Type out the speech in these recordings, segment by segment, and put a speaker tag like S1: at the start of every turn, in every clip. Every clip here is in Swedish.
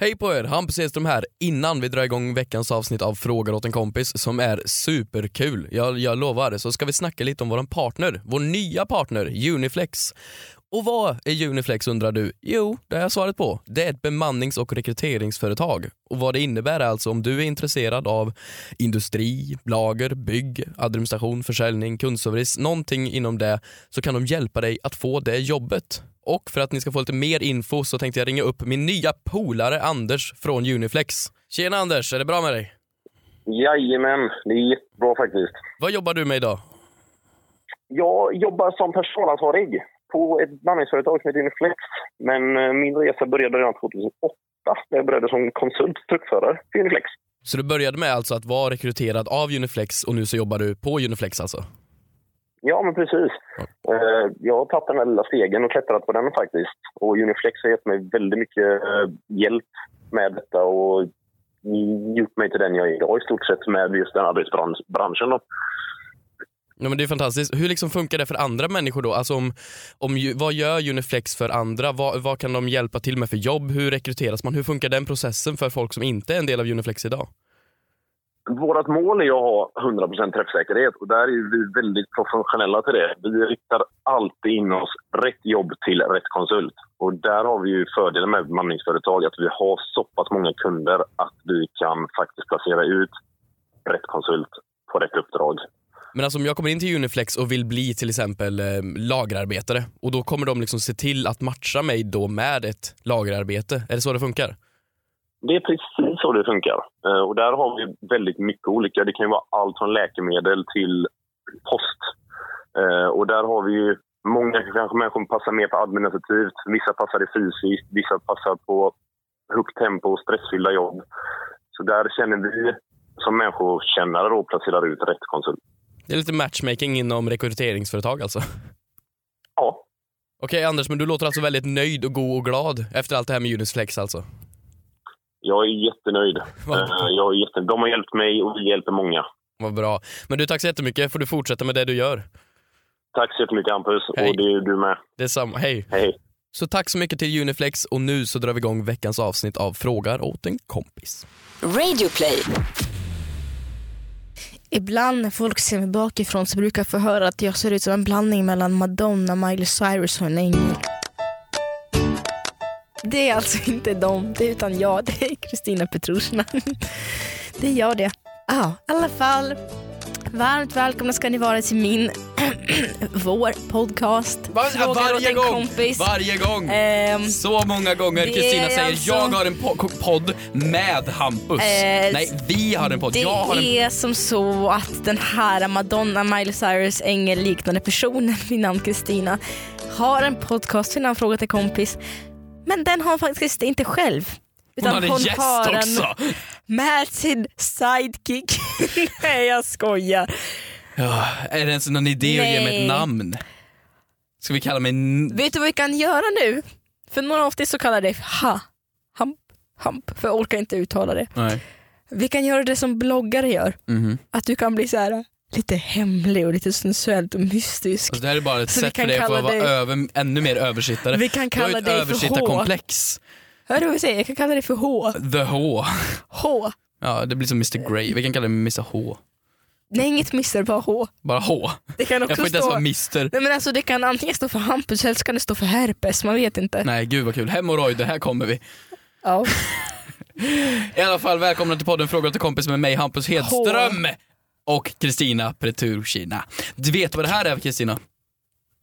S1: Hej på er, Hampus Hedström här. Innan vi drar igång veckans avsnitt av Frågar åt en kompis som är superkul, jag, jag lovar, så ska vi snacka lite om vår partner, vår nya partner Uniflex. Och vad är Uniflex undrar du? Jo, det har jag svaret på. Det är ett bemannings och rekryteringsföretag. Och vad det innebär är alltså om du är intresserad av industri, lager, bygg, administration, försäljning, kundservice, någonting inom det så kan de hjälpa dig att få det jobbet. Och för att ni ska få lite mer info så tänkte jag ringa upp min nya polare Anders från Uniflex. Tjena Anders, är det bra med dig?
S2: Jajamän, det är jättebra faktiskt.
S1: Vad jobbar du med idag?
S2: Jag jobbar som personalansvarig på ett bemanningsföretag som heter Uniflex. Men eh, min resa började redan 2008 när jag började som konsult och truckförare för Uniflex.
S1: Så du började med alltså att vara rekryterad av Uniflex och nu så jobbar du på Uniflex alltså?
S2: Ja, men precis. Eh, Jag har tagit den här lilla stegen och klättrat på den faktiskt. Och Uniflex har gett mig väldigt mycket eh, hjälp med detta och gjort mig till den jag är idag i stort sett med just den här arbetsbranschen. Då.
S1: Ja, men det är fantastiskt. Hur liksom funkar det för andra människor då? Alltså om, om, ju- vad gör Uniflex för andra? Vad, vad kan de hjälpa till med för jobb? Hur rekryteras man? Hur funkar den processen för folk som inte är en del av Uniflex idag?
S2: Vårt mål är ju att ha 100% träffsäkerhet och där är vi väldigt professionella till det. Vi riktar alltid in oss rätt jobb till rätt konsult. Och där har vi ju fördelen med bemanningsföretag, att vi har så pass många kunder att vi kan faktiskt placera ut rätt konsult på rätt uppdrag.
S1: Men alltså om jag kommer in till Uniflex och vill bli till exempel eh, lagerarbetare och då kommer de liksom se till att matcha mig då med ett lagerarbete. Är det så det funkar?
S2: Det är precis så det funkar. Eh, Och där har vi väldigt mycket olika. Det kan ju vara allt från läkemedel till post. Eh, Och där har vi ju många kanske människor passar mer på administrativt. Vissa passar i fysiskt, vissa passar på högt tempo och stressfyllda jobb. Så där känner vi som människokännare då placerar ut rätt konsult.
S1: Det är lite matchmaking inom rekryteringsföretag alltså. Okej
S2: Ja,
S1: Anders, men du låter alltså väldigt nöjd och god och glad efter allt det här med Uniflex alltså?
S2: jag är jättenöjd.
S1: Vad-
S2: Eh, Jag är jätte... De har hjälpt mig och vi hjälper många.
S1: Vad bra. Men du, tack så jättemycket. Får du fortsätta med det du gör?
S2: Tack så jättemycket Hampus
S1: Hej.
S2: och det är du med.
S1: Detsamma. Hej.
S2: Hej.
S1: Så tack så mycket till Uniflex och nu så drar vi igång veckans avsnitt av Frågar åt en kompis.
S3: Radio play.
S4: Ibland när folk ser mig bakifrån så brukar jag få höra att jag ser ut som en blandning mellan Madonna, Miley Cyrus och en ängel. Det är alltså inte de, det är utan jag. Det är Kristina Petrushina. Det är jag det. Ja, i alla fall. Varmt välkomna ska ni vara till min, vår podcast. Frågar åt en kompis.
S1: Varje gång!
S4: Ehm,
S1: så många gånger
S4: det
S1: Kristina
S4: är
S1: säger
S4: alltså-
S1: jag har en po- podd med Hampus.
S4: Eh,
S1: Nej, vi har en podd.
S4: Det
S1: Jag har en...
S4: är som så att den här Madonna, Miley Cyrus, ängel-liknande personen vid namn Kristina har en podcast vid namn Fråga till kompis. Men den har hon faktiskt inte själv.
S1: Hon hade en gäst
S4: har den
S1: också.
S4: med sin sidekick. Nej jag skojar.
S1: Ja, är det ens någon idé att ge mig ett
S4: Nej.
S1: namn? Ska vi kalla mig... N-
S4: Vet du vad vi kan göra nu? För några av er så kallar det för ha, hamp, hamp. För jag orkar inte uttala det.
S1: Nej.
S4: Vi kan göra det som bloggare gör.
S1: Mhm.
S4: Att du kan bli så här lite hemlig och lite sensuellt och mystisk.
S1: Alltså, det här är bara ett
S4: Så vi
S1: sätt
S4: kan
S1: för dig att få
S4: kalla
S1: vara
S4: dig-
S1: över, ännu mer översittare.
S4: Vi kan
S1: du
S4: kalla
S1: har ett
S4: dig för H.
S1: översittarkomplex.
S4: Hör du vad jag säger? Jag kan kalla det för H.
S1: The H.
S4: H.
S1: Ja, det blir som Mr
S4: Eh.
S1: Grey. Vi kan kalla det Mr H.
S4: Nej, inget mister, bara H.
S1: Bara H.
S4: Det kan
S1: Jag
S4: också
S1: får inte ens
S4: stå...
S1: vara Mr.
S4: Nej, men alltså, det kan antingen stå för Hampus eller så kan det stå för herpes, man vet inte.
S1: Nej, gud vad kul. Hemorrojder, här kommer vi.
S4: Ja.
S1: I alla fall, välkomna till podden Frågor till kompis med mig Hampus Hedström och Kristina Petrushina. Du vet vad det här är Kristina?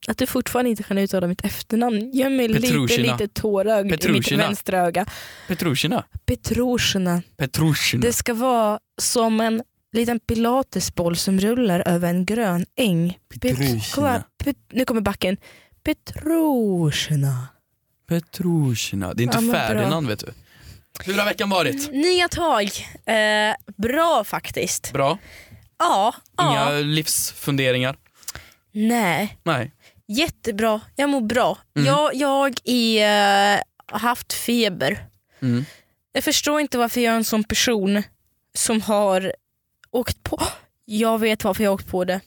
S4: Att du fortfarande inte kan uttala mitt efternamn gör mig lite,
S1: Petrushina.
S4: lite tårögd i mitt
S1: Petrushina.
S4: vänstra öga.
S1: Petrushina?
S4: Petrushina.
S1: Petrushina.
S4: Det ska vara som en liten pilatesboll som rullar över en grön äng. Pet-
S1: Petrushina.
S4: kolla, pet- nu kommer backen. Petrushina.
S1: Petrushina. Det är inte
S4: Ja, men bra.
S1: Ferdinand vet du. Hur har veckan varit?
S4: Nya tag. Eh, bra faktiskt.
S1: Bra?
S4: Ja.
S1: Inga
S4: ja.
S1: livsfunderingar?
S4: Nej.
S1: Nej.
S4: Jättebra, jag mår bra. Jag, jag är, eh, har haft feber.
S1: Mm.
S4: Jag förstår inte varför jag är en sån person som har åkt på... Jag vet varför jag har åkt på det.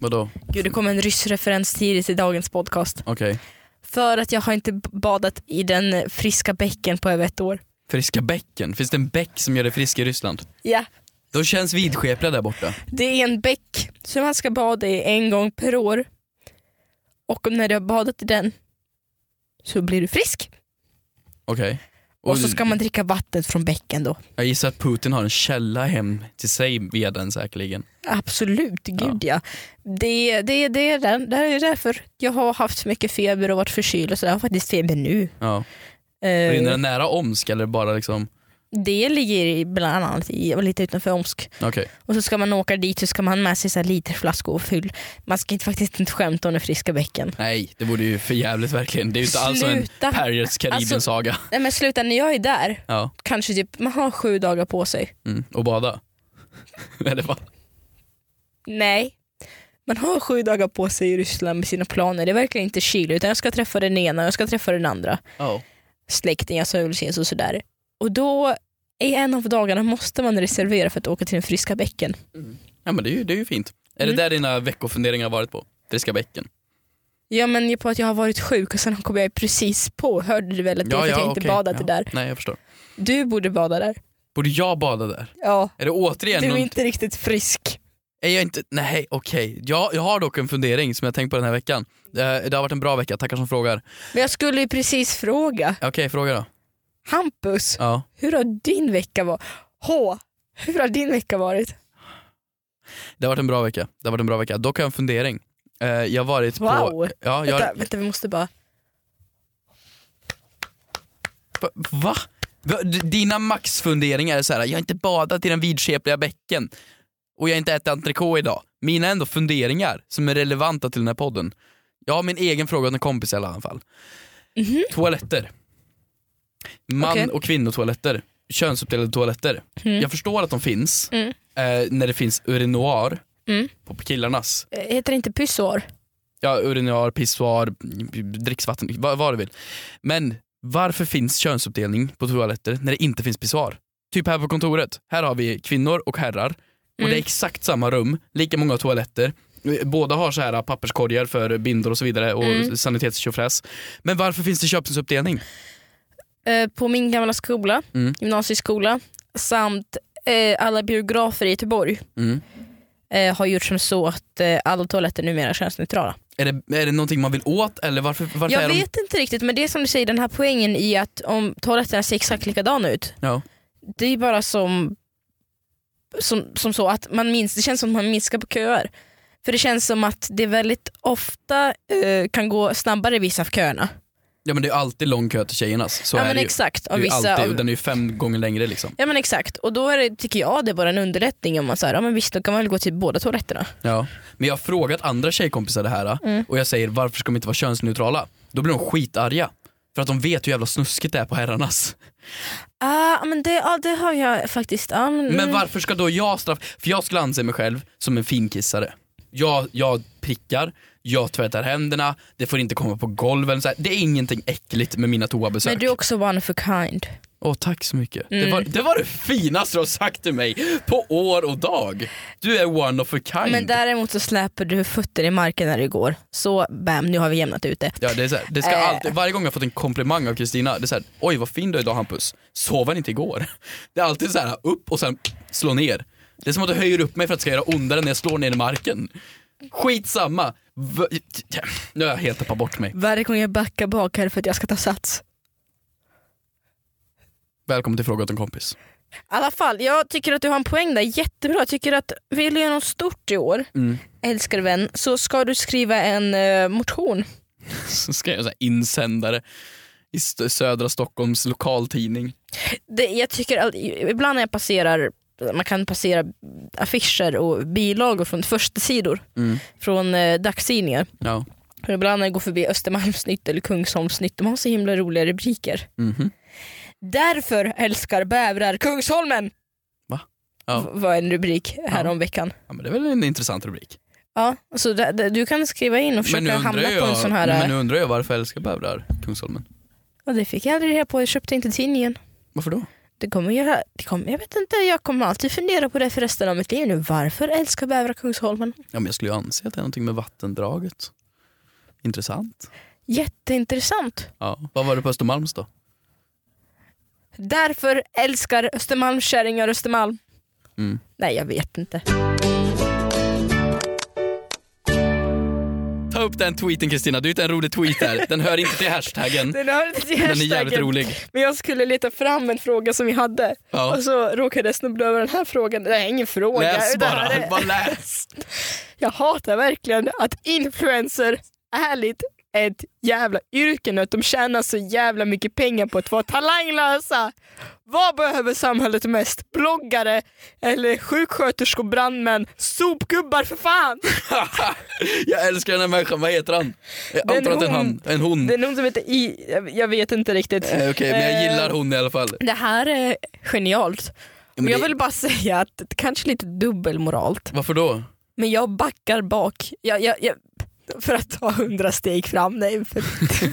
S1: Vadå?
S4: Gud, det kom en ryssreferens tidigt i dagens podcast.
S1: Okej.
S4: För att jag har inte b- badat i den friska bäcken på över ett år.
S1: Friska bäcken? Finns det en bäck som gör dig frisk i Ryssland?
S4: Ja,
S1: Då känns vidskepliga där borta.
S4: det är en bäck som man ska bada i en gång per år. Och när du har badat i den så blir du frisk.
S1: Okej.
S4: Och så ska man dricka vattnet från bäcken då.
S1: Jag gissar att Putin har en källa hem till sig via den säkerligen.
S4: Absolut, gud ja. Det, det, det, är den, det är därför jag har haft för mycket feber och varit förkyld och så jag har faktiskt feber nu.
S1: Ja.
S4: Eh,
S1: Rinner den nära Omsk eller bara liksom,
S4: det ligger i- bland annat i, och lite utanför Omsk.
S1: okej.
S4: Och så ska man åka dit så ska man ha med sig så här literflaskor och fyll. Man ska inte, faktiskt inte skämta om den friska bäcken.
S1: Nej, det vore ju för jävligt verkligen. Det är ju inte alls som en
S4: Sluta. Alltså-
S1: Pirates Karibien saga.
S4: Nej men sluta, när jag är där,
S1: Ja,
S4: kanske typ, man har sju dagar på sig.
S1: mm. och bada. eller va?
S4: Nej. Man har sju dagar på sig i Ryssland med sina planer. Det verkar inte Chile utan jag ska träffa den ena och jag ska träffa den andra.
S1: Ja.
S4: släktingar som vill ses alltså och sådär. Och då i en av dagarna måste man reservera för att åka till den friska bäcken.
S1: Ja men det är ju, det är ju fint. Är
S4: Mm.
S1: det där dina veckofunderingar har varit på? Friska bäcken?
S4: Ja men ju på att jag har varit sjuk och sen kom jag precis på, hörde du väl att det är för att jag inte
S1: okej.
S4: badat
S1: Ja.
S4: där.
S1: Nej jag förstår.
S4: Du borde bada där.
S1: Borde jag bada där?
S4: Ja,
S1: Är det återigen
S4: du är
S1: någon...
S4: inte riktigt frisk.
S1: Är jag inte... Nej okej. Jag, jag har dock en fundering som jag tänkt på den här veckan. Eh, Det har varit en bra vecka, tackar som frågar.
S4: Men jag skulle ju precis fråga,
S1: Okej, fråga då.
S4: Hampus,
S1: Ja.
S4: hur har din vecka varit? H, hur har din vecka varit?
S1: Det har varit en bra vecka. Det har varit en bra vecka. Dock har jag en fundering. Eh, Jag har varit på...
S4: Wow.
S1: Ja, jag...
S4: Vänta, vänta vi måste bara...
S1: Va- Va? Va? D- Dina maxfunderingar är så här. jag har inte badat i den vidskepliga bäcken och jag har inte ätit entrecote idag. Mina är ändå funderingar som är relevanta till den här podden. Jag har min egen fråga åt en kompis i alla fall. Toaletter. Man
S4: Mhm. Okej.
S1: och kvinnotoaletter. Könsuppdelade toaletter. Jag förstår att de finns
S4: Mm.
S1: eh, när det finns urinoar
S4: Mm.
S1: på killarnas.
S4: Eh, Heter det inte pyssoar?
S1: Ja, urinoar, pissoar, dricksvatten, vad, vad du vill. Men varför finns könsuppdelning på toaletter när det inte finns pissoar? Typ här på kontoret. Här har vi kvinnor och herrar. Och
S4: Mm.
S1: det är exakt samma rum, lika många toaletter. Båda har så här papperskorgar för bindor och så vidare och mm. sanitetstjofräs. Men varför finns det köpsuppdelning?
S4: eh, på min gamla skola,
S1: Mm.
S4: gymnasieskola, samt eh, alla biografer i Göteborg
S1: Mm.
S4: eh, har gjort som så att eh, alla toaletter numera är könsneutrala.
S1: Är, det, är det någonting man vill åt eller varför, varför
S4: Jag
S1: är
S4: vet inte riktigt men det är som du säger, den här poängen i att om toaletterna ser exakt likadana ut,
S1: de... Ja.
S4: det är bara som, som, som så att man minns, det känns som att man minskar på köer. För det känns som att det väldigt ofta eh, kan gå snabbare i vissa av köerna.
S1: ja men det är alltid lång kö till tjejernas. Så
S4: ja
S1: är
S4: men
S1: det ju.
S4: exakt.
S1: Det är
S4: Av
S1: ju
S4: vissa,
S1: alltid,
S4: av,
S1: och den är ju fem gånger längre liksom.
S4: Ja men exakt, och då är det, tycker jag det är bara en underlättning om man säger ja men visst då kan man väl gå till båda toaletterna.
S1: Ja. Men jag har frågat andra tjejkompisar det här
S4: Mm.
S1: och jag säger varför ska de inte vara könsneutrala? Då blir de skitarga. För att de vet hur jävla snuskigt det är på herrarnas.
S4: Ah, men det, ja, det har jag faktiskt. Ja, men,
S1: Men varför ska då jag straffa? För jag skulle anse mig själv som en finkissare. Jag, jag prickar, jag tvättar händerna, det får inte komma på golven. Så här. Det är ingenting äckligt med mina toabesök.
S4: men du Mm. är också one of a kind.
S1: Åh tack så mycket. Det, var, det var det finaste du har sagt till mig på år och dag. Du är one of a kind.
S4: Men däremot så släpper du fötter i marken när du går. Så bam, nu har vi jämnat ut det.
S1: Ja, det är så här, det ska
S4: Eh.
S1: alltid, varje gång jag fått en komplimang av Kristina, det är såhär, oj vad fin du är idag Hampus, sov han inte igår? Det är alltid så här upp och sen slå ner. Det är som att du höjer upp mig för att det ska göra ondare när jag slår ner i marken. Skitsamma! V- nu har jag helt tappat bort mig.
S4: Varje gång jag backar bak här för att jag ska ta sats.
S1: Välkommen till Fråga åt en kompis.
S4: I alla fall, jag tycker att du har en poäng där. Jättebra. Jag tycker att vill du göra något stort i år,
S1: Mm.
S4: älskade vän, så ska du skriva en eh, motion.
S1: Så ska jag göra så här insändare i st- södra Stockholms lokaltidning.
S4: Det, jag tycker all, ibland när jag passerar, man kan passera affischer och bilagor från första sidor
S1: Mm.
S4: från eh, dagstidningar.
S1: Ja.
S4: Och ibland när jag går förbi Östermalmsnytt eller Kungsholmsnytt, de har så himla roliga rubriker.
S1: Mhm.
S4: Därför älskar bävrar Kungsholmen!
S1: Va? Ja.
S4: V- Var en rubrik häromveckan.
S1: ja men det är väl en intressant rubrik.
S4: Ja, så där- där- du kan skriva in och
S1: Men nu, undrar
S4: försöka hamna på en
S1: jag,
S4: sån här... eh,
S1: men nu undrar jag varför jag älskar bävrar Kungsholmen.
S4: Ja, det fick jag aldrig reda på, jag köpte inte tidningen.
S1: Varför då?
S4: Det kommer göra, det kommer, jag vet inte, jag kommer alltid fundera på det för resten av mitt liv nu. Varför älskar bävrar Kungsholmen?
S1: Ja, men jag skulle ju anse att det är någonting med vattendraget. Intressant.
S4: Jätteintressant.
S1: Ja. Vad var det på Östermalms då?
S4: Därför älskar Östermalmskärringar Östermalm.
S1: Mm.
S4: Nej, jag vet inte.
S1: Ta upp den tweeten Kristina, du är en rolig tweet där. Den hör inte till hashtaggen.
S4: Den, har inte till
S1: Den är jävligt
S4: hashtaggen.
S1: rolig.
S4: Men jag skulle leta fram en fråga som vi hade
S1: Ja.
S4: och så råkade jag snubbla över den här frågan. Det är ingen fråga.
S1: Läs
S4: utan
S1: bara,
S4: det är-
S1: bara läs.
S4: Jag hatar verkligen att influencer ärligt är ett jävla yrke nu. Att de tjänar så jävla mycket pengar på att vara talanglösa. Vad behöver samhället mest? Bloggare eller sjuksköterskor, brandmän, sopgubbar för fan!
S1: jag älskar den här människan, vad heter han? Jag
S4: Den
S1: antar att det är en han,
S4: hon.
S1: en hon.
S4: Det är någon som heter I... jag- Jag vet inte riktigt.
S1: Mm. Eh, Okej, men jag
S4: Eh,
S1: gillar hon i alla fall.
S4: Det här är genialt.
S1: Men
S4: jag
S1: det-
S4: vill bara säga att det kanske är lite dubbelmoralt.
S1: Varför då?
S4: Men jag backar bak. Jag, jag, jag, för att ta hundra steg fram. Nej, för,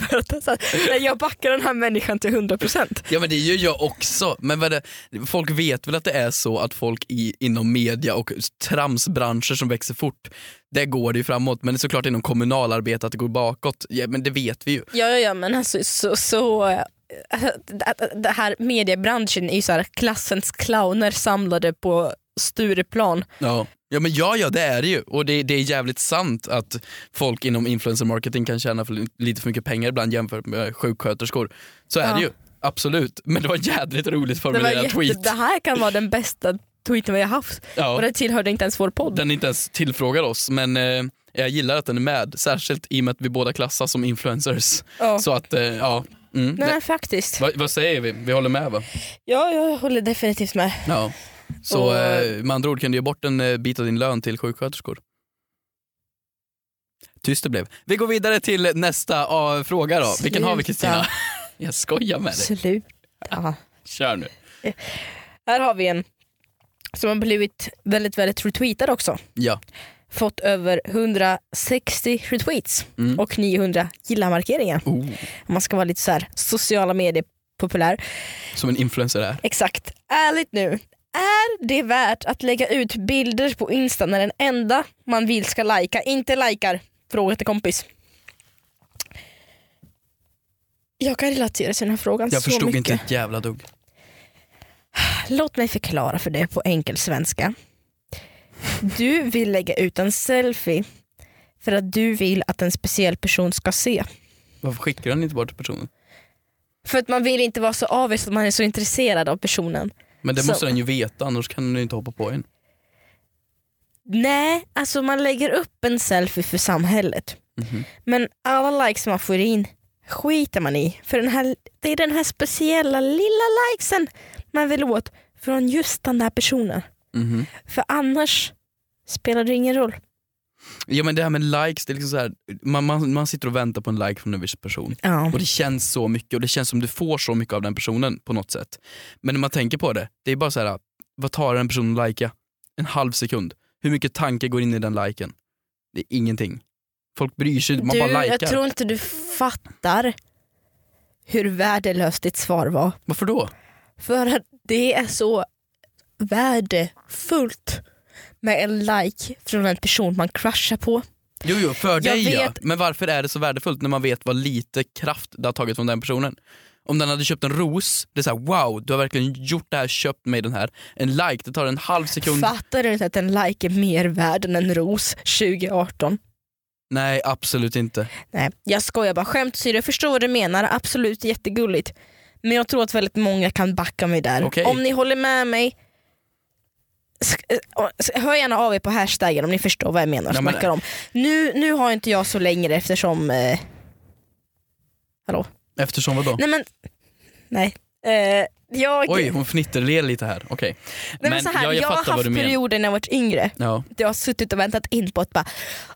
S4: för att, ta så här- nej, jag backar den här människan till hundra procent.
S1: Ja men det gör jag också. Men vad är det, folk vet väl att det är så att folk i, inom media och tramsbranscher som växer fort, där går det ju framåt. Men det är såklart inom kommunalarbete att det går bakåt. Ja, men det vet vi ju.
S4: Ja, ja, ja, men alltså så... så eh, att- att- det här mediebranschen är ju så här klassens clowner samlade på Stureplan.
S1: Ja. Ja men ja, ja det är det ju och det, det är jävligt sant att folk inom influencer marketing kan tjäna för, lite för mycket pengar ibland jämfört med sjuksköterskor. Så är
S4: Ja.
S1: det ju, absolut. Men det var en jävligt roligt
S4: Det, var
S1: formulerad
S4: jätte,
S1: tweet.
S4: det här kan vara den bästa tweeten vi har haft och
S1: Ja,
S4: det tillhörde inte ens vår podd.
S1: den inte ens tillfrågar oss men eh, jag gillar att den är med, särskilt i och med att vi båda klassas som influencers.
S4: Ja.
S1: Så att, eh, ja. Mm.
S4: Nej, faktiskt.
S1: Va, vad säger vi? Vi håller med va?
S4: Ja, jag håller definitivt med.
S1: Ja. Så
S4: Och-
S1: eh, med andra ord kan du ge bort en eh, bit av din lön till sjuksköterskor. Tyst det blev. Vi går vidare till nästa ah, fråga då. Vilken har vi Kristina?
S4: Sluta.
S1: Jag skojar med dig.
S4: Sluta.
S1: Kör nu.
S4: Här har vi en som har blivit väldigt, väldigt retweetad också.
S1: Ja.
S4: Fått över 160 retweets
S1: Mm.
S4: och 900 gilla-markeringar.
S1: Oh,
S4: Om Man ska vara lite så här sociala medier populär.
S1: som en influencer är.
S4: Exakt. Ärligt nu, är det värt att lägga ut bilder på Insta när den enda man vill ska lajka inte lajkar? Fråga till kompis. Jag kan relatera till den här frågan
S1: Jag
S4: så
S1: förstod
S4: mycket.
S1: inte ett jävla dugg.
S4: Låt mig förklara för dig på enkel svenska. Du vill lägga ut en selfie för att du vill att en speciell person ska se.
S1: Varför skickar han inte bort till personen?
S4: För att man vill inte vara så avis att man är så intresserad av personen.
S1: Men det
S4: Så-
S1: måste den ju veta annars kan den ju inte hoppa på en.
S4: Nej, alltså man lägger upp en selfie för samhället.
S1: Mhm.
S4: Men alla likes man får in skiter man i. För den här, det är den här speciella lilla likesen man vill åt från just den där personen.
S1: Mhm.
S4: För annars spelar det ingen roll.
S1: Ja men det här med likes, det är liksom så här, man, man, man sitter och väntar på en like från en viss person.
S4: Ja.
S1: Och det känns så mycket och det känns som du får så mycket av den personen på något sätt. Men när man tänker på det, det är bara så här, vad tar den personen att lajka? En halv sekund. Hur mycket tanke går in i den liken? Det är ingenting. Folk bryr sig inte, man bara
S4: du,
S1: likar.
S4: jag tror inte du fattar hur värdelöst ditt svar var.
S1: Varför då?
S4: För att det är så värdefullt med en like från en person man crushar på.
S1: Jo, jo för
S4: Jag
S1: dig ja.
S4: vet-
S1: Men varför är det så värdefullt när man vet vad lite kraft det har tagit från den personen? Om den hade köpt en ros, det är såhär wow, du har verkligen gjort det här, köpt mig den här. En like, det tar en halv sekund.
S4: Fattar du inte att en like är mer värd än en ros 2018?
S1: Nej, absolut inte.
S4: Nej, jag skojar bara. Skämt åsido, jag förstår vad du menar. Absolut jättegulligt. Men jag tror att väldigt många kan backa mig där.
S1: Okej.
S4: Om ni håller med mig, sk- eh, och- s- hör gärna av er på hashtaggen om ni förstår vad jag menar och
S1: Ja, men-
S4: snackar om. Nu, nu har inte jag så längre eftersom... Eh, hallå?
S1: Eftersom vadå?
S4: Nej men... Nej. Eh, jag,
S1: Oj, hon fnitterler lite här. Okej.
S4: nej, men så här,
S1: ja,
S4: jag, har haft perioder när jag varit yngre
S1: Ja.
S4: jag har suttit och väntat in på att bara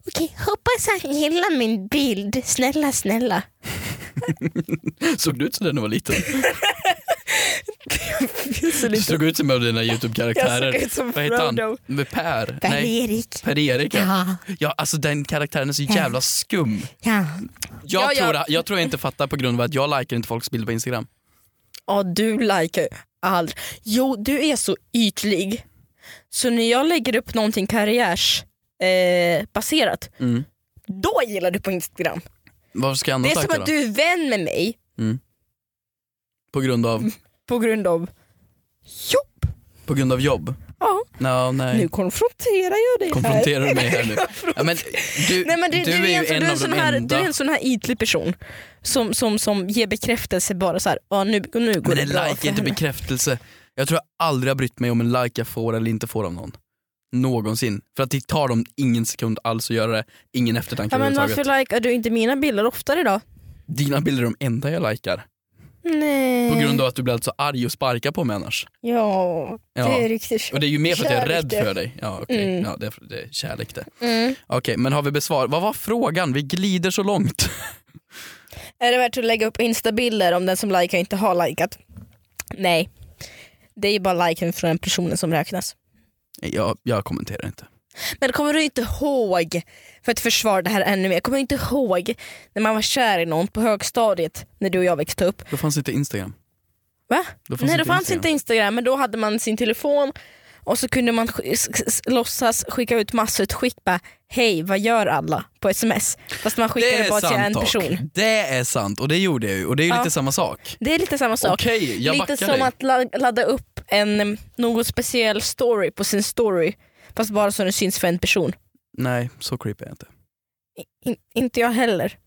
S4: okej hoppas han gillar min bild, snälla snälla.
S1: Såg du ut sådär när du var liten?
S4: Jag såg
S1: Du
S4: lite-
S1: såg ut som en av dina YouTube-karaktärer.
S4: Jag såg ut som
S1: Vad heter han?
S4: Frodo.
S1: Med Per? Nej,
S4: Per-Erik.
S1: Per-Erik ja.
S4: Ja,
S1: ja. Alltså den karaktären är så jävla skum.
S4: ja.
S1: Jag,
S4: Ja, ja.
S1: Tror, jag tror jag inte fattar på grund av att jag likar inte folks bilder på Instagram.
S4: Ja, du likar ju aldrig. Jo, du är så ytlig. Så när jag lägger upp någonting karriärsbaserat, eh, baserat,
S1: Mm.
S4: då gillar du på Instagram.
S1: Varför ska jag
S4: Det
S1: annars
S4: är som
S1: likea
S4: att
S1: då?
S4: du är vän med mig
S1: På grund av...
S4: På grund av jobb.
S1: På grund av jobb?
S4: Ja.
S1: No,
S4: Nu
S1: nej.
S4: konfronterar jag dig
S1: Konfronterar du
S4: här.
S1: mig här nu? Ja, men du,
S4: Nej, men du, du, är, en,
S1: ju
S4: sån- du, är en sån
S1: de
S4: här, du
S1: enda-
S4: är en sån här ytlig person som, som, som ger bekräftelse bara så här, ja nu, nu går
S1: Men
S4: det
S1: en
S4: bra
S1: like
S4: för
S1: är inte
S4: henne.
S1: bekräftelse. Jag tror jag aldrig har brytt mig om en like jag får eller inte får av någon. Någonsin. För att det tar dem ingen sekund alls att göra det. Ingen eftertanke
S4: Ja, men
S1: överhuvudtaget.
S4: varför likar du inte mina bilder oftare då?
S1: Dina bilder är de enda jag likar.
S4: Nej.
S1: På grund av att du blir alltså arg och sparkar på mig annars.
S4: Ja, det
S1: Ja.
S4: är riktigt.
S1: Och det är ju mer för att jag är
S4: Kärlek
S1: rädd
S4: det.
S1: för dig. Ja, okej.
S4: Mm.
S1: Ja, det, är, det är kärlek det.
S4: Mm.
S1: Okej, men har vi besvar? Vad var frågan? Vi glider så långt.
S4: Är det värt att lägga upp instabilder om den som likar inte har likat? Nej. Det är ju bara liken från den personen som räknas.
S1: Nej, Jag, jag kommenterar inte.
S4: Men kommer du inte ihåg, för att försvara det här ännu mer, kommer du inte ihåg när man var kär i någon på högstadiet när du och jag växte upp?
S1: Då fanns inte Instagram.
S4: Va?
S1: Då fanns
S4: Nej
S1: inte
S4: det fanns
S1: Instagram.
S4: inte Instagram men då hade man sin telefon och så kunde man sk- s- s- låtsas skicka ut massutskick bara hej vad gör alla på sms fast man skickade bara till en
S1: dock.
S4: person.
S1: Det är sant och det gjorde jag ju och det är ju
S4: Ja.
S1: lite samma sak.
S4: Det är lite samma sak.
S1: Okej, jag
S4: lite
S1: backar
S4: som
S1: dig.
S4: att la- ladda upp en em, någon speciell story på sin story fast bara så den syns för en person.
S1: Nej, så creepy är jag inte.
S4: In, inte jag heller.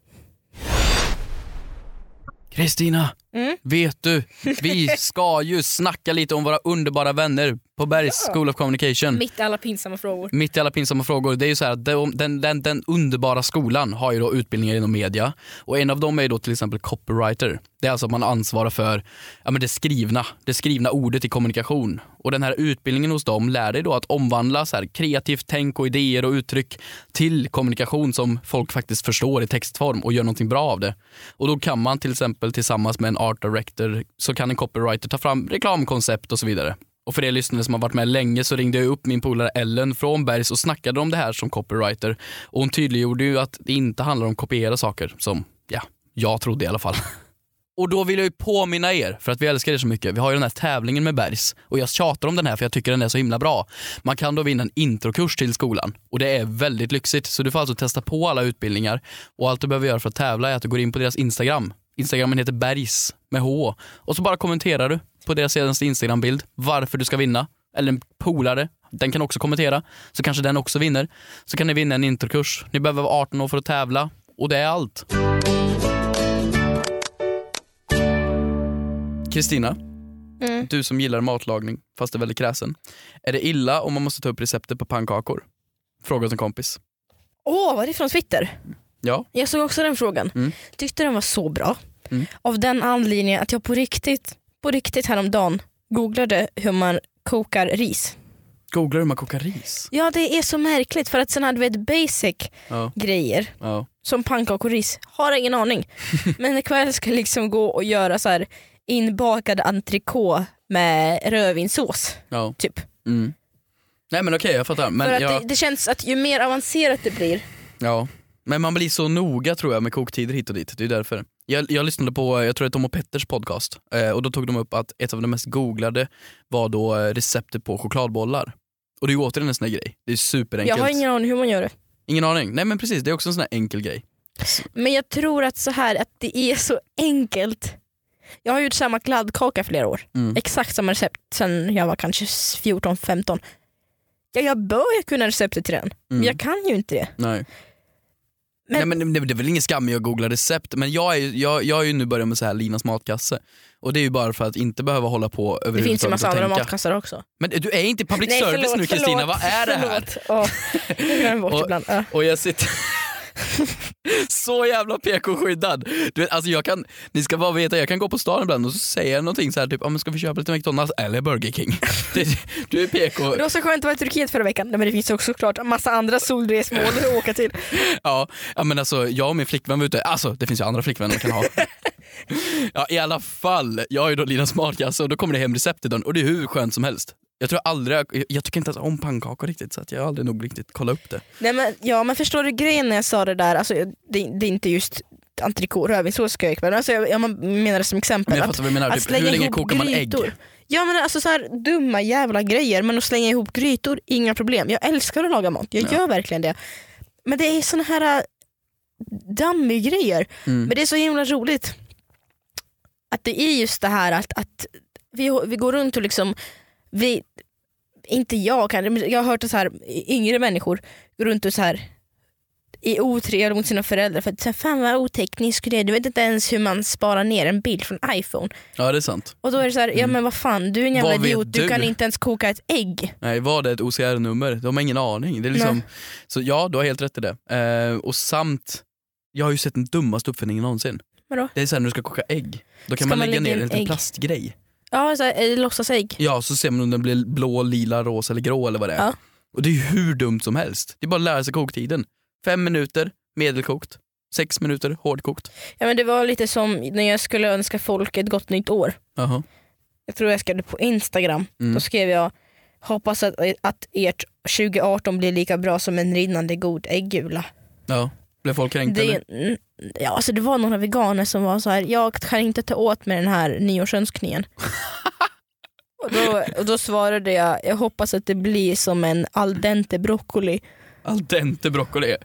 S1: Kristina,
S4: Mm.
S1: vet du? Vi ska ju snacka lite om våra underbara vänner på Bergs School of Communication.
S4: Mitt i alla pinsamma frågor.
S1: Mitt i alla pinsamma frågor, det är ju så här att de- den, den, den underbara skolan har ju då utbildningar inom media och en av dem är ju då till exempel copywriter. Det är alltså att man ansvarar för ja, men det, skrivna, det skrivna ordet i kommunikation. Och den här utbildningen hos dem lär dig då att omvandla så här kreativt tänk och idéer och uttryck till kommunikation som folk faktiskt förstår i textform och gör någonting bra av det. Och då kan man till exempel tillsammans med en art director så kan en copywriter ta fram reklamkoncept och så vidare. Och för er lyssnare som har varit med länge så ringde jag upp min polare Ellen från Bergs och snackade om det här som copywriter. Och hon tydliggjorde ju att det inte handlar om att kopiera saker som, ja, jag trodde i alla fall. Och då vill jag ju påminna er, för att vi älskar er så mycket. Vi har ju den här tävlingen med Bergs och jag tjatar om den här för jag tycker den är så himla bra. Man kan då vinna en introkurs till skolan och det är väldigt lyxigt. Så du får alltså testa på alla utbildningar och allt du behöver göra för att tävla är att du går in på deras Instagram. Instagrammen heter Bergs med H och så bara kommenterar du på deras senaste Instagram-bild varför du ska vinna. Eller en polare, den kan också kommentera. Så kanske den också vinner. Så kan ni vinna en introkurs. Ni behöver vara 18 år för att tävla och det är allt. Kristina,
S4: Mm.
S1: du som gillar matlagning fast är väldigt kräsen. Är det illa om man måste ta upp receptet på pannkakor? Fråga åt en kompis.
S4: Åh, var det från Twitter?
S1: Ja,
S4: Jag såg också den frågan.
S1: Mm.
S4: Tyckte den var så bra.
S1: Mm.
S4: Av den anledningen att jag på riktigt, på riktigt häromdagen googlade hur man kokar ris.
S1: googla hur man kokar ris.
S4: Ja det är så märkligt för att sen hade vi ett basic
S1: Ja,
S4: grejer
S1: ja.
S4: som pannkakor och ris. Har ingen aning. Men ikväll ska jag liksom gå och göra så här inbakad entrecote med rödvinssås.
S1: ja.
S4: Typ.
S1: Mm. Nej men okej, jag fattar. Men
S4: för att
S1: jag...
S4: det, det känns att ju mer avancerat det blir.
S1: Ja, men man blir så noga tror jag med koktider hit och dit. Det är därför. Jag, jag lyssnade på, jag tror det är Tom och Petters podcast eh, och då tog de upp att ett av de mest googlade var då eh, receptet på chokladbollar. Och det är ju återigen en sån här grej. Det är superenkelt.
S4: Jag har ingen aning hur man gör det.
S1: Ingen aning. Nej men precis, det är också en sån här enkel grej.
S4: Men jag tror att så här att det är så enkelt. Jag har gjort samma kladdkaka i flera år.
S1: Mm.
S4: Exakt samma recept sen jag var kanske 14-15. Ja, jag bör ju kunna receptet till den, men
S1: Mm.
S4: jag kan ju inte det.
S1: Nej.
S4: Men-
S1: Nej, men det, det är väl ingen skam i att googla recept, men jag är, ju- jag, jag är ju nu börjat med så här Linas matkasse. Och det är ju bara för att inte behöva hålla på
S4: Det finns ju
S1: överhuvudtaget
S4: massa
S1: och
S4: andra
S1: tänka.
S4: matkassar också.
S1: Men du är inte i public service nu Kristina, vad är det här?
S4: Åh, jag glömmer bort
S1: Och-
S4: ibland. Ja.
S1: Och jag sitter så jävla PK-skyddad. Du vet, alltså jag kan, ni ska bara veta, jag kan gå på stan ibland och så säger jag någonting så här typ, ah, men ska vi köpa lite McDonalds eller Burger King? Det, du är PK.
S4: Det var så skönt att vara i Turkiet förra veckan. Nej, men det finns också såklart en massa andra solresmål att åka till.
S1: Ja, ja, men alltså jag och min flickvän var ute, alltså det finns ju andra flickvänner man kan ha. Ja, i alla fall, jag har ju då Linas matkasse och då kommer det hem recept i dörren och det är hur skönt som helst. Jag tror aldrig, jag, jag tycker inte ens om pannkakor riktigt så att jag har aldrig nog riktigt kollat upp det.
S4: Nej, men, ja men förstår du grejen när jag sa det där, alltså, det, det är inte just entrecote, rödvinssås ska jag ikväll, men alltså, jag, jag menar det som exempel.
S1: Men jag
S4: att-
S1: fattar vad du menar,
S4: Att
S1: typ, hur
S4: slänga
S1: länge
S4: ihop
S1: kokar man ägg?
S4: grytor. Ja men alltså så här dumma jävla grejer men att slänga ihop grytor, inga problem. Jag älskar att laga mat, jag
S1: Ja.
S4: gör verkligen det. Men det är såna här äh, dummy grejer.
S1: Mm.
S4: Men det är så himla roligt att det är just det här att, att vi, vi går runt och liksom, vi, inte jag kanske, men jag har hört att så här, yngre människor går runt och så här i otrevliga mot sina föräldrar för att så här, fan vad oteknisk du är, du vet inte ens hur man sparar ner en bild från iPhone.
S1: Ja det är sant.
S4: Och då är det så här, ja men vad fan du är en jävla
S1: Mm. Vad vet
S4: idiot, du?
S1: du?
S4: kan inte ens koka ett ägg.
S1: Nej, vad är ett OCR-nummer? De har ingen aning. Det är liksom,
S4: Nej.
S1: så ja, du har helt rätt i det. Eh, och samt, jag har ju sett den dummaste uppfinningen någonsin.
S4: Vadå?
S1: Det är sen när du ska koka ägg. Då
S4: Ska
S1: kan man,
S4: man
S1: lägga
S4: lägga
S1: ner
S4: in
S1: en liten
S4: ägg?
S1: plastgrej.
S4: Ja, så här, eh, låtsasägg.
S1: Ja, så ser man om den blir blå, lila, rosa eller grå eller vad det är.
S4: Ja.
S1: Och det är ju hur dumt som helst. Det är bara att lära sig koktiden. Fem minuter, medelkokt. Sex minuter, hårdkokt.
S4: Ja, men det var lite som när jag skulle önska folk ett gott nytt år.
S1: Jaha.
S4: Jag tror jag skrev det på Instagram.
S1: Mm.
S4: Då skrev jag hoppas att, eh, att ert 2018 blir lika bra som en rinnande god äggula.
S1: Ja. Blev folk kränkta
S4: Det,
S1: eller?
S4: mm, ja, alltså det var några veganer som var så här. jag kan inte ta åt mig den här nyårsönskningen. och, då, och då svarade jag, jag hoppas att det blir som en al dente broccoli.
S1: Al dente broccoli.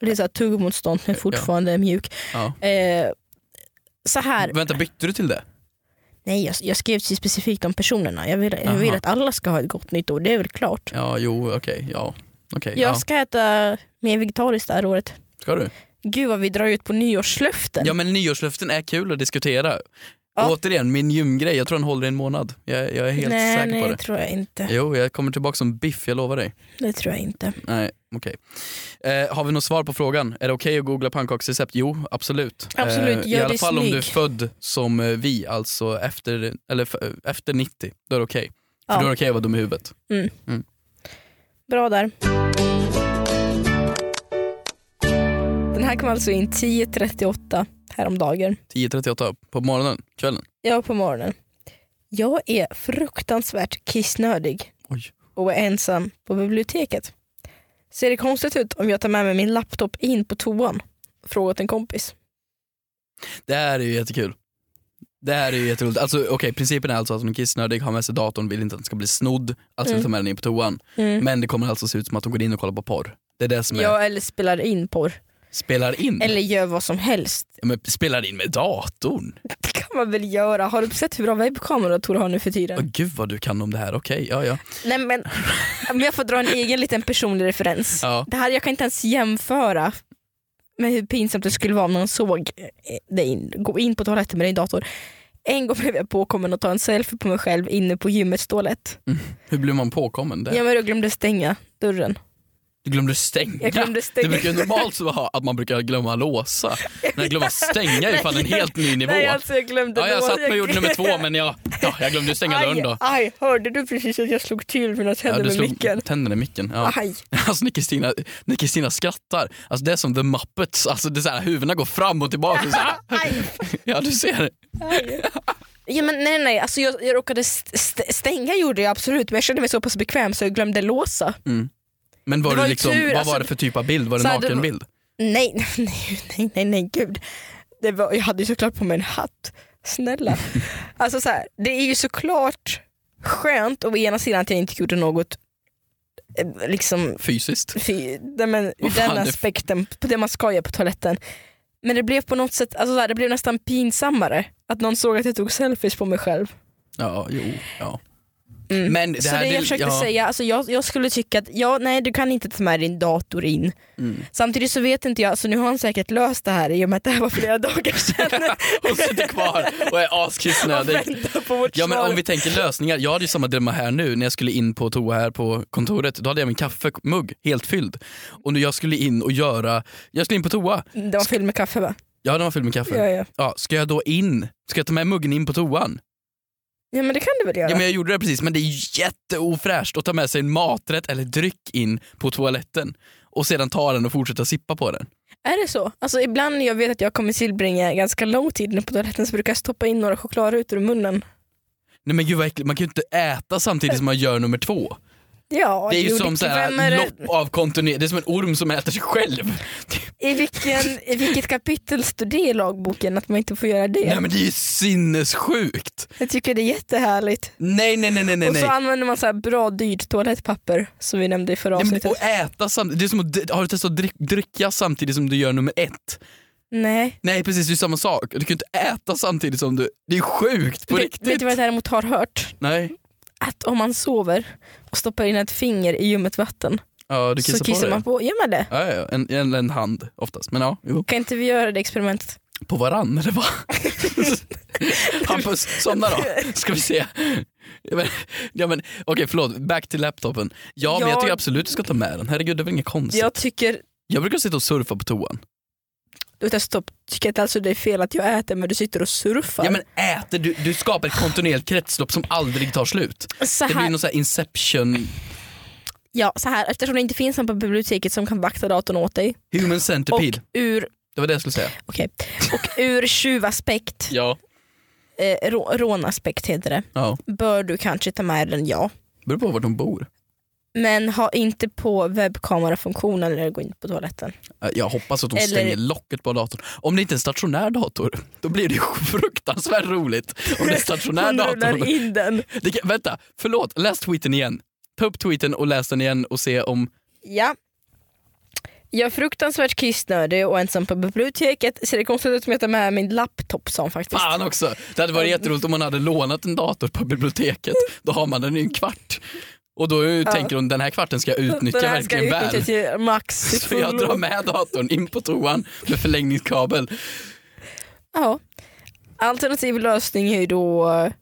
S4: Det är så här tuggmotstånd men fortfarande mjuk.
S1: Ja.
S4: Eh, så här,
S1: Vänta, bytte du till det?
S4: Nej, jag, jag skrev ju specifikt om personerna. Jag vill, jag
S1: Aha.
S4: vill att alla ska ha ett gott nytt år, det är väl klart.
S1: Ja, jo, okej. ja. Okej, ja.
S4: Jag ska äta mer vegetariskt det här året.
S1: Ska du?
S4: Gud vad vi drar ut på nyårslöften.
S1: Ja men nyårslöften är kul att diskutera.
S4: Ja.
S1: Återigen, min gymgrej, jag tror den håller i en månad. Jag, jag är helt
S4: nej,
S1: säker
S4: nej,
S1: på
S4: det
S1: det.
S4: tror jag inte.
S1: Jo, jag kommer tillbaka som biff, jag lovar dig.
S4: Det tror jag inte.
S1: Nej, okej. Eh, har vi något svar på frågan? Är det okej att googla pannkaksrecept? Jo, absolut. Eh,
S4: Absolut,
S1: I
S4: gör
S1: alla
S4: dig
S1: fall om du är
S4: snygg.
S1: född som eh, vi, alltså efter, eller, f- eh, efter 90. Då är det okej. För
S4: Ja.
S1: Då är det okej att vara dum i huvudet.
S4: Bra där. Den här kom alltså in 10.38 häromdagen.
S1: 10.38 på morgonen, kvällen.
S4: Jag var på morgonen. Jag är fruktansvärt kissnödig.
S1: Oj.
S4: och är ensam på biblioteket. Ser det konstigt ut om jag tar med mig min laptop in på toan? Fråga åt en kompis.
S1: Det här är ju jättekul. Det här är ju jätteroligt. Alltså, okej, principen är alltså att hon är kissnödig, har med sig datorn, vill inte att den ska bli snodd, alltså vill ta med den in på toan.
S4: Mm.
S1: Men det kommer alltså se ut som att hon går in och kollar på porr. Det är det som är,
S4: Ja, eller spelar in porr.
S1: spelar in.
S4: Eller gör vad som helst.
S1: Ja, Men spelar in med datorn?
S4: Det kan man väl göra? Har du sett hur bra webbkameror Tor har nu för tiden?
S1: Åh, gud vad du kan om det här, okej. ja, ja.
S4: Nej men, om jag får dra en egen liten personlig referens.
S1: Ja.
S4: Det här, jag kan inte ens jämföra med hur pinsamt det skulle vara om någon såg eh, dig in- gå in på toaletten med din dator. En gång blev jag påkommen att ta en selfie på mig själv inne på gymmets toalett.
S1: Hur blir man påkommen där?
S4: Ja, men jag glömde stänga dörren.
S1: Du glömde stänga.
S4: Jag glömde stänga.
S1: Det brukar ju normalt vara att man brukar glömma låsa. Men att glömma stänga är fan en helt ny nivå.
S4: Nej alltså jag glömde
S1: ja, jag
S4: låsa.
S1: satt med och gjorde nummer två men jag, ja, jag glömde stänga dörren då.
S4: Aj, aj, hörde du precis att jag slog till mina
S1: Ja,
S4: tänder
S1: du
S4: med
S1: slog
S4: micken?
S1: tänderna i micken. Ja.
S4: Aj.
S1: Alltså när Kristina, när Kristina skrattar, alltså det är som The Muppets, alltså det är så här, huvudena går fram och tillbaka. Så här.
S4: Aj.
S1: Ja du ser.
S4: aj. Ja, men nej nej, alltså jag, jag råkade st- st- stänga gjorde jag absolut men jag kände mig så pass bekväm så jag glömde låsa.
S1: Men var
S4: Det
S1: det
S4: var ju
S1: liksom,
S4: tur,
S1: vad
S4: alltså-
S1: var det för typ av bild? Var det
S4: Så
S1: en
S4: här, det var-
S1: nakenbild?
S4: Nej nej nej nej, nej gud. Det var, jag hade ju såklart på mig en hatt. Snälla. alltså så här, det är ju såklart skönt å ena sidan att jag inte gjorde något eh, liksom
S1: Fysiskt?
S4: Fy, nej men ur
S1: Vad fan
S4: den
S1: är det för-
S4: aspekten, på det man ska göra på toaletten. Men det blev på något sätt, alltså så här, det blev nästan pinsammare att någon såg att jag tog selfies på mig själv.
S1: Ja, jo, ja.
S4: Mm.
S1: Men det
S4: så
S1: här
S4: det
S1: det-
S4: jag försökte
S1: ja.
S4: säga, alltså jag, jag skulle tycka att ja, nej du kan inte ta med din dator in.
S1: Mm.
S4: Samtidigt så vet inte jag, alltså nu har han säkert löst det här i och med att det här var flera dagar sedan.
S1: Hon sitter kvar och är askissnödig.
S4: Vänta på vårt
S1: Ja men
S4: svar.
S1: om vi tänker lösningar, jag hade ju samma dilemma här nu när jag skulle in på toa här på kontoret. Då hade jag min kaffemugg helt fylld. Och nu jag skulle in och göra, jag skulle in på toa.
S4: Det var fylld med kaffe va?
S1: Ja den var fylld med kaffe.
S4: Ja,
S1: Ja.
S4: ja.
S1: ska jag då in? Ska jag ta med muggen in på toan?
S4: ja men det kan du väl göra?
S1: Ja men jag gjorde det precis men det är ju jätteofräscht att ta med sig en maträtt eller dryck in på toaletten och sedan ta den och fortsätta sippa på den.
S4: Är det så? Alltså ibland när jag vet att jag kommer tillbringa ganska lång tid inne på toaletten så brukar jag stoppa in några chokladrutor i munnen.
S1: Nej men gud vad äckligt, man kan ju inte äta samtidigt som man gör nummer två.
S4: Ja,
S1: Det är
S4: jo,
S1: ju som
S4: det-
S1: så
S4: vem är
S1: här,
S4: det-
S1: lopp av kontinuerligt, det är som en orm som äter sig själv.
S4: I, vilken, I vilket kapitel står det i lagboken att man inte får göra det?
S1: Nej men det är ju sinnessjukt!
S4: Jag tycker det är jättehärligt.
S1: Nej nej nej nej nej.
S4: och så
S1: nej.
S4: använder man så här bra dyrt toalettpapper som vi nämnde i förra
S1: Nej, men,
S4: avsnittet.
S1: och äta samtidigt, det är som att, har du testat att drick, dricka samtidigt som du gör nummer ett?
S4: Nej.
S1: Nej precis, det är ju samma sak. Du kan ju inte äta samtidigt som du... Det är sjukt på
S4: Vet,
S1: riktigt.
S4: vet du vad jag däremot har hört?
S1: Nej.
S4: Att om man sover och stoppar in ett finger i ljummet vatten
S1: Ja, du kissar
S4: så kissar
S1: på
S4: man
S1: dig.
S4: på... Gör man det?
S1: Ja, ja, ja. En, en, en hand oftast. Men ja, jo.
S4: Kan inte vi göra det experimentet?
S1: På varann eller vad? Hampus, somna då. Ska vi se. Ja, men, ja, men, Okej förlåt, back till laptopen. Ja, men jag
S4: Jag-
S1: tycker absolut du ska ta med den. Herregud det är väl inget konstigt. Jag,
S4: Jag tycker...
S1: brukar sitta och surfa på toan.
S4: Utan stopp. Tycker inte alltså det är fel att jag äter men du sitter och surfar.
S1: Ja men äter, du, du skapar ett kontinuerligt kretslopp som aldrig tar slut.
S4: så
S1: Det blir
S4: här,
S1: någon sån här inception,
S4: ja, så här, eftersom det inte finns någon på biblioteket som kan vakta datorn åt dig.
S1: human centipede.
S4: Och ur,
S1: Det var det jag skulle säga.
S4: okay, och ur tjuvaspekt,
S1: Ja.
S4: eh, rå- rånaspekt heter det,
S1: ja.
S4: bör du kanske ta med den ja.
S1: Beror på vart de bor.
S4: Men ha inte på webbkamerafunktionen när du går in på toaletten.
S1: Eh, Jag hoppas att de
S4: Eller-
S1: stänger locket på datorn. Om det inte är en stationär dator, då blir det ju fruktansvärt roligt. Om det är en stationär
S4: Hon rullar
S1: dator.
S4: in den.
S1: Det kan, vänta, förlåt, läs tweeten igen. Ta upp tweeten och läs den igen och se om...
S4: Ja. Jag är fruktansvärt kissnödig och ensam på biblioteket så det är konstigt att jag tar med min laptop som faktiskt.
S1: Fan också! Det hade varit jätteroligt om man hade lånat en dator på biblioteket. Då har man den i en kvart. Och då eh, tänker hon den här kvarten ska jag utnyttja
S4: Den här ska
S1: verkligen väl.
S4: utnyttjas till max.
S1: Så jag drar med datorn in på toan med förlängningskabel.
S4: Ja. Alternativ lösning är ju då eh,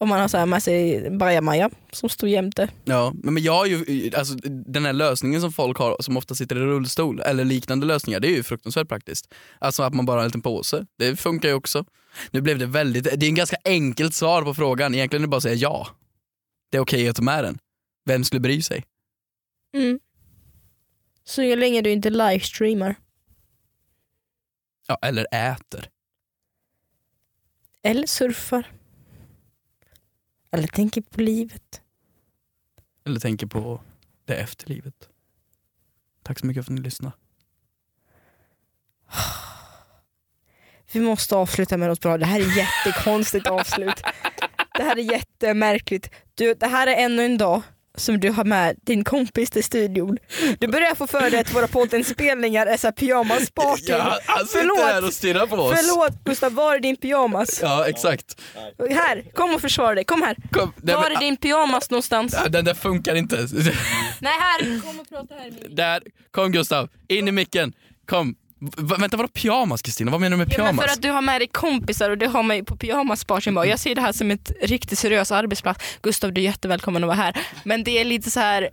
S4: om man har så här med sig bajamaja som står jämte.
S1: Ja, men men jag har ju, alltså, den här lösningen som folk har som ofta sitter i rullstol eller liknande lösningar, det är ju fruktansvärt praktiskt. Alltså att man bara har en liten påse, det funkar ju också. Nu blev det väldigt, det är en ganska enkelt svar på frågan, egentligen är det bara att säga ja. Det är okej att ta med den. Vem skulle bry sig?
S4: Så ju länge du inte livestreamar.
S1: Ja, eller äter.
S4: Eller surfar. Eller tänker på livet.
S1: Eller tänker på det efterlivet. Tack så mycket för att ni lyssnade.
S4: Vi måste avsluta med något bra. Det här är jättekonstigt avslut. Det här är jättemärkligt. Du, det här är ännu en dag som du har med din kompis till studion. Du börjar få för dig att våra poddinspelningar är så här pyjamasparty.
S1: Ja, alltså, han sitter
S4: Förlåt.
S1: här och stirrar på oss.
S4: alltså, Förlåt Gustav, var är din pyjamas?
S1: Ja, exakt.
S4: Här, kom och försvara dig. Kom här.
S1: Kom, nej,
S4: Var
S1: men,
S4: är din pyjamas någonstans?
S1: ah, Den där funkar inte.
S4: Nej här! Kom och prata här med
S1: Där, kom Gustav, in i micken. Kom. V vänta vadå pyjamas Kristina? Vad menar du med
S4: Ja, men
S1: pyjamas?
S4: för att du har med dig kompisar och det har man ju på pyjamaspartyn bara. Jag ser det här som ett riktigt seriös arbetsplats. Gustav du är jättevälkommen att vara här. Men det är lite så här.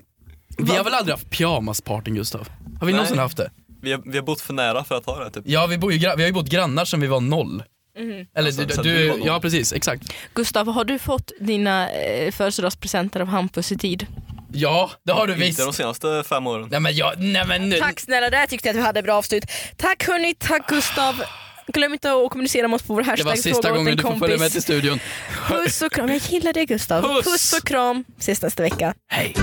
S1: Vi har väl aldrig haft pyjamaspartyn Gustav? Har vi någonsin haft det?
S3: Vi har, vi har bott för nära för att ha det typ.
S1: Ja vi, bor ju, gra- vi har ju bott grannar sedan vi var noll.
S4: Mm-hmm.
S1: Eller
S3: Alltså,
S1: du,
S3: sen
S1: du,
S3: vi var noll.
S1: ja precis, exakt.
S4: Gustav har du fått dina eh, födelsedagspresenter av Hampus i tid?
S1: Ja, det har du visst.
S3: Inte de senaste fem åren.
S1: Nej men jag, nej men nu.
S4: Tack snälla, där tyckte jag att du hade bra avslut. Tack hörni, tack Gustav. Glöm inte att kommunicera med oss på vår
S1: Det
S4: hashtag
S1: var sista
S4: fråga åt en
S1: gången du får följa med till studion.
S4: Puss och kram, jag gillar det Gustav.
S1: Puss.
S4: Puss och kram, ses nästa vecka.
S1: Hej.